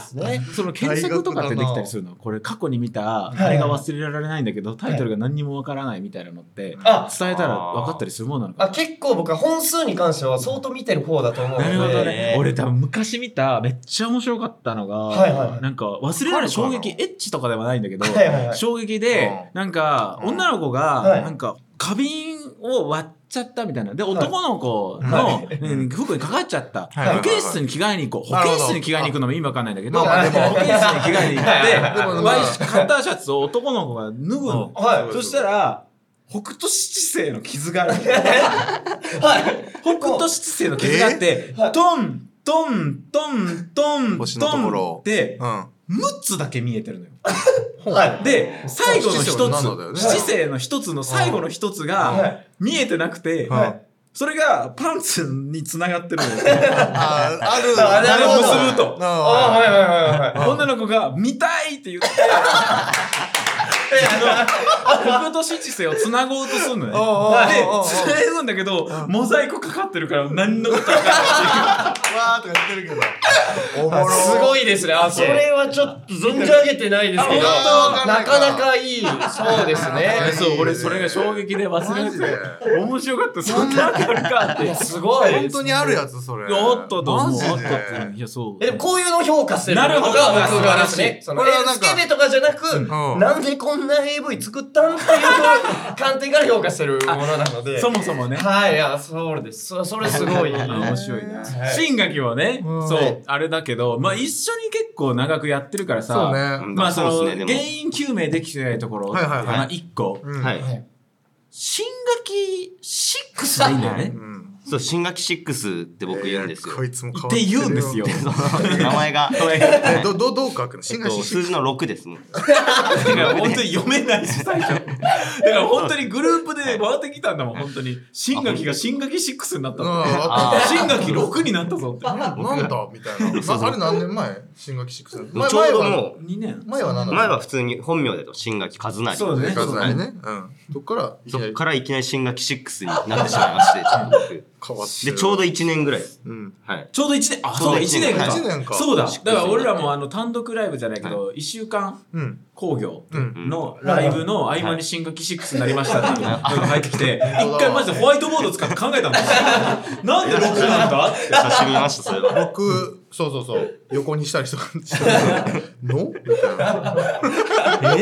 Speaker 4: すね。
Speaker 1: その検索とかってできたりするのこれ過去に見たあれが忘れられないんだけどタイトルが何にもわからないみたいなのって
Speaker 4: あ、
Speaker 1: 伝えたら分かったりするもんなのか
Speaker 4: あ結構僕は本数に関しては相当見てる方だと思うの
Speaker 1: な
Speaker 4: で
Speaker 1: るほど
Speaker 3: え
Speaker 1: ね
Speaker 3: ー
Speaker 1: 俺多分昔見ためっちゃ面白かったのが、
Speaker 4: はいはい
Speaker 1: なんか忘れられない衝撃エッチとかではないんだけど、
Speaker 4: はいはいはい
Speaker 1: 衝撃で
Speaker 2: う
Speaker 1: なんか
Speaker 2: うん
Speaker 1: 女の子
Speaker 4: は
Speaker 1: が
Speaker 4: い
Speaker 1: なんか花瓶を割っちゃったみたいなで男の子
Speaker 4: は
Speaker 1: のうん服にかかっちゃった
Speaker 2: はいはいはい
Speaker 1: 保健室に着替えに行こう
Speaker 2: な
Speaker 1: 保
Speaker 2: るほ
Speaker 1: 健
Speaker 2: ど
Speaker 1: 室に着替えに行くのも意味わかんないんだけど
Speaker 2: まあまあ
Speaker 1: 保健室に
Speaker 2: でも
Speaker 1: 着替えに行っ
Speaker 2: で
Speaker 1: て
Speaker 2: もまあ
Speaker 1: ワイシャツカッターシャツを男の子が脱ぐの
Speaker 4: はい
Speaker 1: そしたら北斗七星の傷がある
Speaker 4: はい
Speaker 1: 北斗七星の傷があって、
Speaker 4: えはい
Speaker 1: トン、トン、トン、トン、
Speaker 2: 星のところ
Speaker 1: トンって
Speaker 2: う、ん
Speaker 1: 6つだけ見えてるのよ。
Speaker 4: はい
Speaker 1: で、最後の一つ、
Speaker 2: 七星の七だよね
Speaker 1: 七星の一つの最後の一つ
Speaker 4: は
Speaker 1: が
Speaker 4: い
Speaker 1: 見えてなくて、
Speaker 2: はい
Speaker 1: それがパンツに繋がってるのよ。
Speaker 2: あある
Speaker 4: あれ
Speaker 1: あれを
Speaker 4: なるほど
Speaker 1: 結ぶと。
Speaker 4: あはいはいはいはい
Speaker 1: 女の子が見たいって言って、 北斗七星を繋ごうとするのね。
Speaker 2: おうおうおうおう
Speaker 1: で、繋ぐんだけど、モザイクかかってるから何の歌かわかんないっていう。
Speaker 2: わーとか言ってるけど。おもろ
Speaker 4: すごいですね。あ、それはちょっと存じ上げてないですけど、
Speaker 2: あ
Speaker 4: な
Speaker 2: 本当
Speaker 4: かなかいい。そうですね。
Speaker 1: そう俺それが衝撃で忘れな
Speaker 2: マジで
Speaker 1: くて面白かったそんなあるかって
Speaker 4: いやすごい。
Speaker 2: 本当にあるやつそれ。
Speaker 1: あったと思うあ
Speaker 2: マ
Speaker 1: っ
Speaker 2: ジで
Speaker 1: たっていやそう
Speaker 4: えでもこういうのを評価してるのが
Speaker 1: なるほ
Speaker 4: 僕
Speaker 1: ど
Speaker 4: があれですね。
Speaker 1: 素
Speaker 4: その
Speaker 2: これはなんか
Speaker 4: スケベとかじゃなく、
Speaker 2: ん
Speaker 4: なんでこんな AV 作ったんっていう観点から評価してるものなので。
Speaker 1: そもそもね
Speaker 4: はい、いや、そうです。そそれすごい。
Speaker 1: あ面白いな
Speaker 4: はい
Speaker 1: 新垣はね
Speaker 2: うん
Speaker 1: そうあれだけどまあ一緒に結構長くやってるから
Speaker 2: そう
Speaker 1: さ
Speaker 2: ね。
Speaker 1: まあその
Speaker 3: う
Speaker 1: 原因究明できてないところ
Speaker 2: はいはいはい
Speaker 1: まあ一個
Speaker 2: うん
Speaker 3: はい。
Speaker 1: 新垣6でいいんだよね
Speaker 2: うん
Speaker 3: そう、新学期6って僕言うんですよ
Speaker 2: こ。いつも変わ
Speaker 1: っ
Speaker 2: って
Speaker 1: て
Speaker 2: る
Speaker 1: 言うんですよ。
Speaker 3: 名前が。
Speaker 2: えどどどう書くの？
Speaker 3: えっ
Speaker 2: 新
Speaker 3: と
Speaker 2: 垣
Speaker 3: 数字の6ですね。
Speaker 1: だから本当に読めないし 最初だから本当にグループで回ってきたんだもん本当に新垣が新垣6になった
Speaker 2: うん
Speaker 1: の
Speaker 2: あ
Speaker 3: あ
Speaker 1: 新垣6になったぞって
Speaker 2: なんだみたいな。
Speaker 3: そう
Speaker 2: なあれ何年前？新垣シックス。
Speaker 3: あ。ちょうど
Speaker 2: 前は
Speaker 3: も
Speaker 1: 2年
Speaker 2: 前は何だ
Speaker 3: う、
Speaker 2: った
Speaker 3: 前は普通に本名だと新学期和成。
Speaker 1: そうね
Speaker 2: ガズナリね。うん。そっからいき
Speaker 3: そ
Speaker 2: な
Speaker 3: っ
Speaker 2: り
Speaker 3: からいきなり新学期6になってしまいまして、ちょっと僕。
Speaker 2: 変わって
Speaker 3: で、
Speaker 2: る。
Speaker 3: ちょうど1年ぐらい。
Speaker 2: うん。
Speaker 3: はい。
Speaker 1: ちょうど1年あ
Speaker 3: ち
Speaker 1: そ
Speaker 3: ょう
Speaker 1: う
Speaker 3: ど
Speaker 1: 1
Speaker 3: 一
Speaker 1: 年
Speaker 3: 年
Speaker 1: か
Speaker 2: 一年か
Speaker 1: そうだだから俺らもあの単独ライブじゃないけど1週間
Speaker 2: うん。
Speaker 1: 工業
Speaker 2: うん。
Speaker 1: のライブの合間に新垣6になりましたっていうのが入ってきて一回マジでホワイトボード使って考えたんです よなんで6なんだって
Speaker 3: 久しぶりました、それは。
Speaker 2: 僕、そうそうそう。横にしたりとかして るのみたいな。な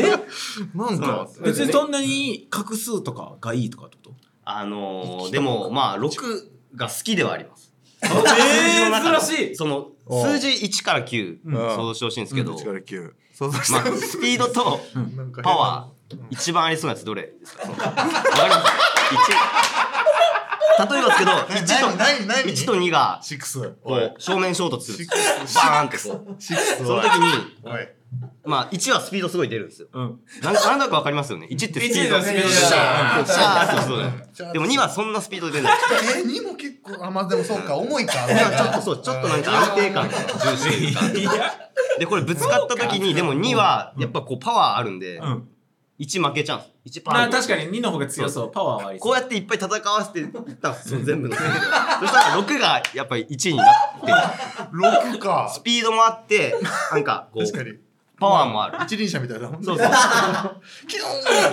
Speaker 2: んか。
Speaker 1: 別にそんなに画数とかがいいとかってこと
Speaker 3: あのー、でも、まあ、6が好きではあります。
Speaker 1: えー、珍しい
Speaker 3: その、
Speaker 2: お
Speaker 3: 数字1から9、
Speaker 1: うん
Speaker 3: 想像してほしいんですけど、
Speaker 2: 1から9。想像し
Speaker 3: ま
Speaker 2: た
Speaker 3: あ、スピードと
Speaker 2: なんか変な
Speaker 3: パワー、一番ありそうなやつどれですかそのわかります一例えばですけど、1と、
Speaker 2: 何何
Speaker 3: 1と2が、
Speaker 2: シックス。
Speaker 3: こ
Speaker 2: おい。
Speaker 3: う、正面衝突するんですよ。
Speaker 2: シ
Speaker 3: バーンってこう。
Speaker 2: シックス。
Speaker 3: その時に、
Speaker 2: おい。
Speaker 3: まあ、1はスピードすごい出るんですよ。
Speaker 1: うん
Speaker 3: なんなんだかわかりますよね。1ってスピード。
Speaker 1: 1はスピード
Speaker 3: シャーンシャーンそう
Speaker 2: シ
Speaker 3: そ
Speaker 2: ャー
Speaker 3: う
Speaker 2: ン
Speaker 3: でも2はそんなスピード出ない。
Speaker 2: え、2も結構、あ、まあでもそう か、重いか。
Speaker 3: いやちょっとそう、ちょっとなんか安定感が重視というか。
Speaker 1: いや、
Speaker 3: で、これぶつかった時に、でも2は、やっぱこうパワーあるんで、
Speaker 1: うん。
Speaker 3: 1負けちゃうんです。1パ
Speaker 1: ま
Speaker 3: ー
Speaker 1: あ
Speaker 3: ン。
Speaker 1: 確かに2の方が強そう。パワーはあり
Speaker 3: こ
Speaker 1: そう
Speaker 3: やっていっぱい戦わせていったんで すよ、全部のせいで。そしたら6がやっぱり1になって、
Speaker 2: 6か。
Speaker 3: スピードもあって、なんかこ
Speaker 2: 確か
Speaker 3: う、
Speaker 2: に。
Speaker 3: パワーもある。
Speaker 2: 一輪車みたいなもんね。
Speaker 3: そうそう。
Speaker 2: キュ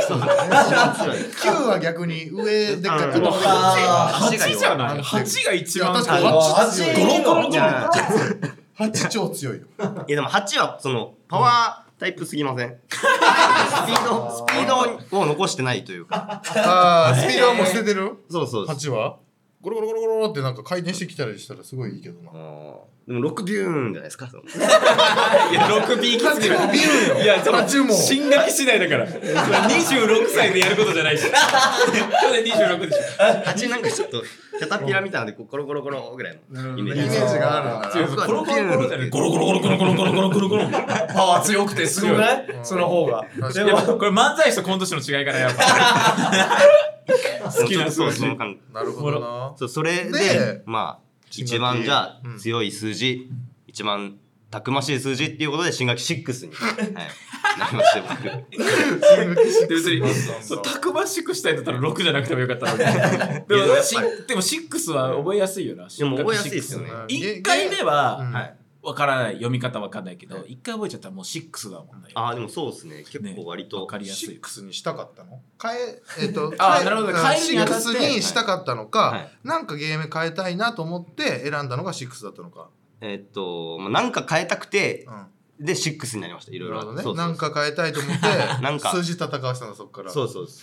Speaker 3: そう
Speaker 2: ーン
Speaker 3: そう強い
Speaker 2: 9は逆に上でっかく
Speaker 3: うん
Speaker 2: あ
Speaker 1: う。
Speaker 3: 足
Speaker 1: 8
Speaker 3: が弱い
Speaker 1: じゃない ?8 が
Speaker 2: ーい
Speaker 1: 一
Speaker 2: や
Speaker 1: 番
Speaker 2: 確かに
Speaker 1: 強いドロ
Speaker 2: 8
Speaker 1: ドロドロ
Speaker 3: や
Speaker 2: 8超強いよ。
Speaker 3: いやでも8はそのパワータイプすぎません、スピードスピードを残してないというか
Speaker 2: ああ、スピードはもう捨ててる
Speaker 3: そうそうです
Speaker 2: ?8 はゴロゴロゴロゴロってなんか回転してきたりしたらすごいいいけどな
Speaker 3: あ。ーでも6ビューンじゃないですかその
Speaker 1: いや、6 b きつける。
Speaker 2: ビルよ
Speaker 1: い や、その
Speaker 2: 8も。
Speaker 1: 新学期次第だから。それ26歳 でやることじゃないし。去年26でしょ。
Speaker 3: 8なんかちょっとキャタピラみたいなのでこうコロコロコロぐらいのイメ
Speaker 2: イ
Speaker 3: ー
Speaker 2: メ
Speaker 3: ジ
Speaker 2: ージがある
Speaker 1: 違
Speaker 2: な
Speaker 1: うコロコロコロじゃない。ゴロゴロゴロゴロゴロゴロゴロゴロゴロ。
Speaker 4: パワー強くてすごくないその方が。
Speaker 2: 確か
Speaker 4: で
Speaker 2: に
Speaker 1: でも
Speaker 4: も、
Speaker 1: これ漫才師とコント師の違いからやっ ぱ。好きな
Speaker 3: そうそ
Speaker 1: 数字
Speaker 3: の感
Speaker 2: なるほどな。
Speaker 3: そうそれで
Speaker 2: で
Speaker 3: まあ
Speaker 2: 新学
Speaker 3: 一
Speaker 2: 期
Speaker 3: 番じゃあ
Speaker 2: うん
Speaker 3: 強い数字、一番たくましい数字っていうことで新学期6に、はい、なりまして僕
Speaker 1: で別にそうたくましくしたいんだったら6じゃなくてもよかったのにで
Speaker 3: いや
Speaker 1: も
Speaker 3: やっ
Speaker 1: し
Speaker 3: ぱ
Speaker 1: でも6は覚えやすいよな
Speaker 3: でも覚えやすいですよね
Speaker 2: うん
Speaker 1: 1回目
Speaker 2: う
Speaker 1: は
Speaker 2: ん
Speaker 3: はい
Speaker 1: わからない読み方わかんないけど1回覚えちゃったらもう6だもんね
Speaker 3: ああでもそうですね結構割と、
Speaker 1: わかりやす
Speaker 2: シ
Speaker 1: い
Speaker 2: ックスにしたかったの変え、えっ、と、
Speaker 1: あなるほど変える
Speaker 2: シ
Speaker 1: に
Speaker 2: ッ
Speaker 1: あ
Speaker 2: ク
Speaker 1: たって
Speaker 2: スにしたかったのか、
Speaker 3: はい
Speaker 2: なんかゲーム変えたいなと思って選んだのがシックスだったのか。
Speaker 3: えっと、まあ、なんか変えたくて
Speaker 2: う、ん。
Speaker 3: で、6になりました、い
Speaker 2: な
Speaker 3: ろい
Speaker 2: る
Speaker 3: ろ。
Speaker 2: ほどね
Speaker 3: そうそ
Speaker 2: な
Speaker 3: う
Speaker 2: んか変えたいと思っ
Speaker 3: なん
Speaker 2: て、
Speaker 3: か
Speaker 2: 数字戦わせたの、そっから。
Speaker 3: そうそうそ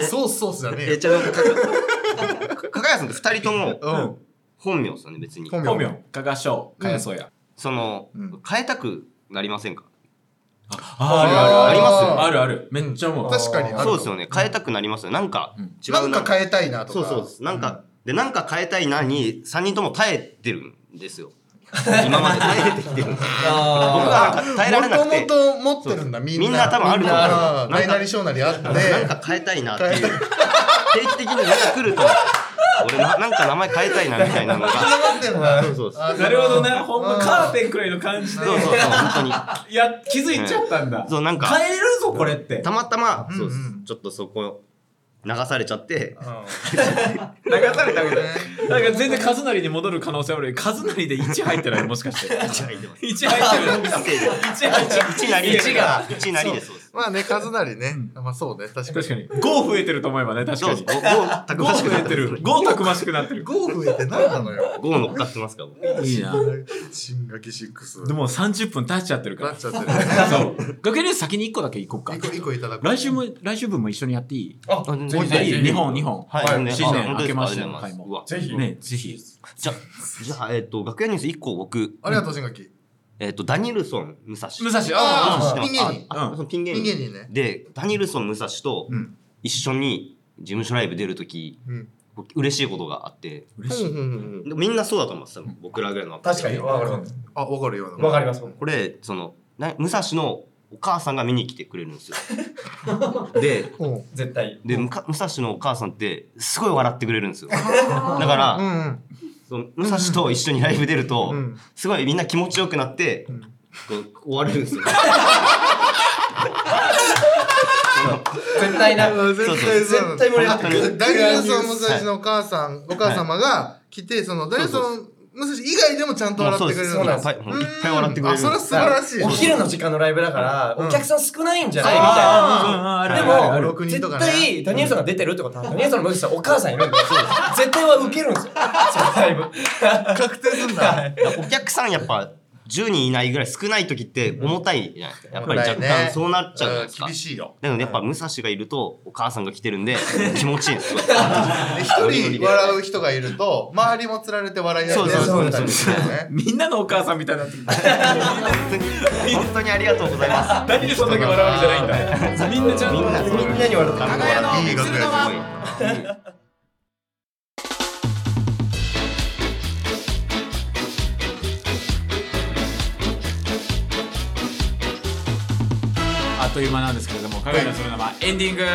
Speaker 3: う。
Speaker 2: ソースソースだね
Speaker 3: え、
Speaker 2: え。
Speaker 3: じゃあ、なんか、かかがやさんって2人とも
Speaker 2: うん。
Speaker 3: 本名ですよね、別に。
Speaker 2: 本名
Speaker 1: 本名加賀翔加賀宗也
Speaker 3: その、
Speaker 2: うん
Speaker 3: 変えたくなりませんか
Speaker 1: ある
Speaker 3: ありますよ
Speaker 1: あるあるめっちゃ思う
Speaker 2: 確かにある
Speaker 3: そうですよね、変えたくなりますよ。なんか、
Speaker 1: うん
Speaker 3: 違う
Speaker 2: なんか変えたいなとか。
Speaker 3: そうそうです。なんか、で、なんか変えたいなに、3人とも耐えてるんで すよ。今まで耐えてきてる。僕はなんか耐えられなくて
Speaker 2: も。ともと持ってるんだ、みんな。
Speaker 3: みんな多分あると思う
Speaker 2: な
Speaker 3: なんか
Speaker 2: 大なり小なりあって。
Speaker 3: なんか変えたいなっていう。定期的になんか来ると、俺な、なんか名前変えたいなみたいなのが。
Speaker 2: 持ってるんだ
Speaker 3: そうそうそう。
Speaker 2: あ
Speaker 1: なるほどねほん
Speaker 2: う
Speaker 1: まカーテンくらいの感じで
Speaker 3: そうそうそう、本
Speaker 1: いや気づいちゃったん
Speaker 3: 当
Speaker 1: だ
Speaker 3: に。そう、なんか、
Speaker 1: 変えれるぞこれって
Speaker 3: たまたま、
Speaker 2: うん
Speaker 3: そう
Speaker 2: うん
Speaker 3: ちょっとそこ、流されちゃって、
Speaker 5: 流されたことない
Speaker 1: なんか全然カズナリに戻る可能性あるよカズナリで1入ってないもしかして1
Speaker 3: 入ってます。
Speaker 1: 入ってる
Speaker 3: 一一なりです。
Speaker 5: 一が
Speaker 3: 一なりです。そうです
Speaker 2: まあね、数なりね。まあそうね、確か
Speaker 1: 確か
Speaker 2: に。
Speaker 1: に5増えてると思えばね確
Speaker 3: そ
Speaker 1: か
Speaker 3: うです。
Speaker 1: に
Speaker 3: 五五たくま
Speaker 1: 5
Speaker 3: し
Speaker 1: 増
Speaker 3: くな
Speaker 1: え
Speaker 3: ってて
Speaker 1: る
Speaker 3: る。
Speaker 1: 5たくましくなってる
Speaker 2: ゴー増えて何なのよ。
Speaker 3: 五乗っかってますから。僕
Speaker 1: いいな
Speaker 2: 新垣6。
Speaker 1: でも30分経っちゃってるか
Speaker 2: なっ
Speaker 1: ら
Speaker 2: ちゃってるね。
Speaker 1: そう 学園で先に1個だけ行こうか
Speaker 2: 一個一個いただこう。
Speaker 1: 来週も来週分も一緒にやっていい
Speaker 4: あ
Speaker 3: 全
Speaker 1: い
Speaker 3: 然
Speaker 1: い2本2本
Speaker 3: はい、
Speaker 4: はい
Speaker 3: ね
Speaker 1: 新年
Speaker 3: あ本当
Speaker 1: 明けまして
Speaker 3: ですか
Speaker 1: の
Speaker 3: あり
Speaker 1: 回
Speaker 3: がとう
Speaker 1: も
Speaker 3: ございます
Speaker 5: ぜひ
Speaker 1: ねぜひ
Speaker 3: じゃあ、じゃあ、えっ、と、楽屋ニュース1個僕、
Speaker 2: ありがとう、新垣。
Speaker 3: えっ、と、ダニルソン、武蔵。
Speaker 1: 武蔵
Speaker 2: あ
Speaker 1: あ
Speaker 2: あ、
Speaker 3: うん
Speaker 2: ピン芸人。
Speaker 3: あそのピン芸
Speaker 2: ピン芸
Speaker 3: 人。
Speaker 2: 人ね。
Speaker 3: で、ダニルソン、武蔵と
Speaker 1: うん
Speaker 3: 一緒に事務所ライブ出るとき、
Speaker 2: うん。
Speaker 3: 僕嬉しいことがあって、
Speaker 1: 嬉しい
Speaker 3: でみんなそうだと思います、多分僕らぐらいの。
Speaker 4: 確かにわかります
Speaker 2: あ、わかるような。
Speaker 4: わかります
Speaker 3: これ、その、な武蔵のお母さんが見に来てくれるんですよ。で、
Speaker 2: うん
Speaker 4: 絶対
Speaker 3: で、むか武蔵のお母さんって、すごい笑ってくれるんですよ。だか
Speaker 2: う
Speaker 3: ら、
Speaker 2: ん
Speaker 3: その武蔵と一緒にライブ出ると、
Speaker 2: うん
Speaker 3: すごいみんな気持ちよくなって、こう終われるんですよ。
Speaker 4: 絶対な
Speaker 2: うん。絶対そうなんだ
Speaker 4: 絶対漏れな
Speaker 3: 本当
Speaker 4: く
Speaker 3: に
Speaker 2: ダニエルソン・武蔵のお母さん、お母様が来て、その、ダニエルソン・武蔵以外でもちゃんと笑ってくれる
Speaker 3: もうそう
Speaker 2: だ
Speaker 3: ですいっぱいもういっぱい笑ってくれ
Speaker 2: あ、
Speaker 3: る
Speaker 2: それは素晴らしい。
Speaker 4: お昼の時間のライブだから、
Speaker 2: うん
Speaker 4: お客さん少ないんじゃないみ
Speaker 1: あ
Speaker 4: たいな。
Speaker 1: ああああ
Speaker 4: で
Speaker 1: あるある
Speaker 4: も、
Speaker 2: 6人と
Speaker 4: 絶
Speaker 2: かね
Speaker 4: 対、ダニエルさんが出てるってことは、ダニエルさんの無視したお母さんいるんで、絶対は受けるんですよ。そのライブ。
Speaker 2: 確定すんだ。
Speaker 3: だからお客さんやっぱ10人いないぐらい少ない時って重たいじゃないですか。やっぱり若
Speaker 2: 重たいね
Speaker 3: 干そうなっちゃうじゃないですか。
Speaker 2: 厳しいよ。
Speaker 3: なのでやっぱ武蔵がいるとお母さんが来てるんで気持ちいいんですよ。
Speaker 2: で一人笑う人がいると、周りもつられて笑い合って
Speaker 3: そうそう
Speaker 2: そうそうそうね。
Speaker 1: みんなのお母さんみたいになってきた
Speaker 3: 本当にありがとうございます。
Speaker 1: 何でそんだけ笑うわけじゃないんだみんなちゃんと
Speaker 3: みんなみんなに笑って
Speaker 2: 長屋の
Speaker 3: いい楽屋すごい。
Speaker 1: あっという間なんですけれども、鏡のその名前エンディングエ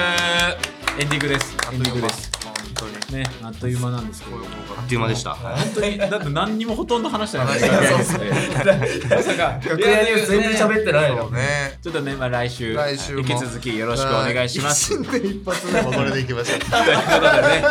Speaker 1: ンディングです。エンディングです。
Speaker 2: 本当に。
Speaker 1: ね、あっという間なんですけれども。
Speaker 3: あっという間でした。
Speaker 1: 本当に、だって何にもほとんど話してないです まさか、
Speaker 4: 楽屋ニュース全然喋ってないの。
Speaker 2: ね。
Speaker 1: ちょっとね、まあ来週、
Speaker 2: 来週も
Speaker 1: 引き続きよろしくお願いします。
Speaker 2: はい新年一発目もそれでいきましょう。
Speaker 1: というこ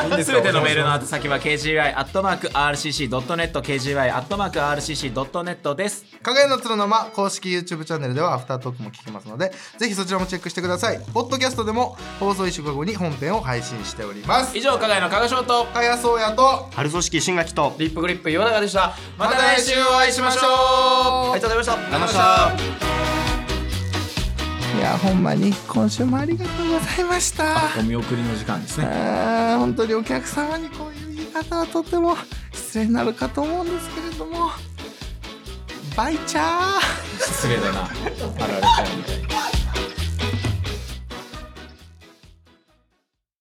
Speaker 1: とでね、すべてのメールの宛先は kgy.rcc.net、kgy.rcc.net です。
Speaker 2: 影の鶴の間公式 YouTube チャンネルではアフタートークも聞けますのでぜひそちらもチェックしてくださいポッドキャストでも放送1週間後に本編を配信しております
Speaker 1: 以上、加賀の加賀翔と、
Speaker 2: かやそうやと
Speaker 3: 春組織新学期と
Speaker 4: リップグリップ、岩永でした。
Speaker 1: また来週お会いしましょ
Speaker 4: あ
Speaker 1: う
Speaker 4: りがとうござい
Speaker 3: ま
Speaker 4: ました。
Speaker 3: した。
Speaker 2: いやほんまに今週もありがとうございました
Speaker 1: お見送りの時間ですね。
Speaker 2: あー本当にお客様にこういう言い方はとても失礼になるかと思うんですけれどもバイチャー
Speaker 1: 失礼だな。あられちゃうみたいな。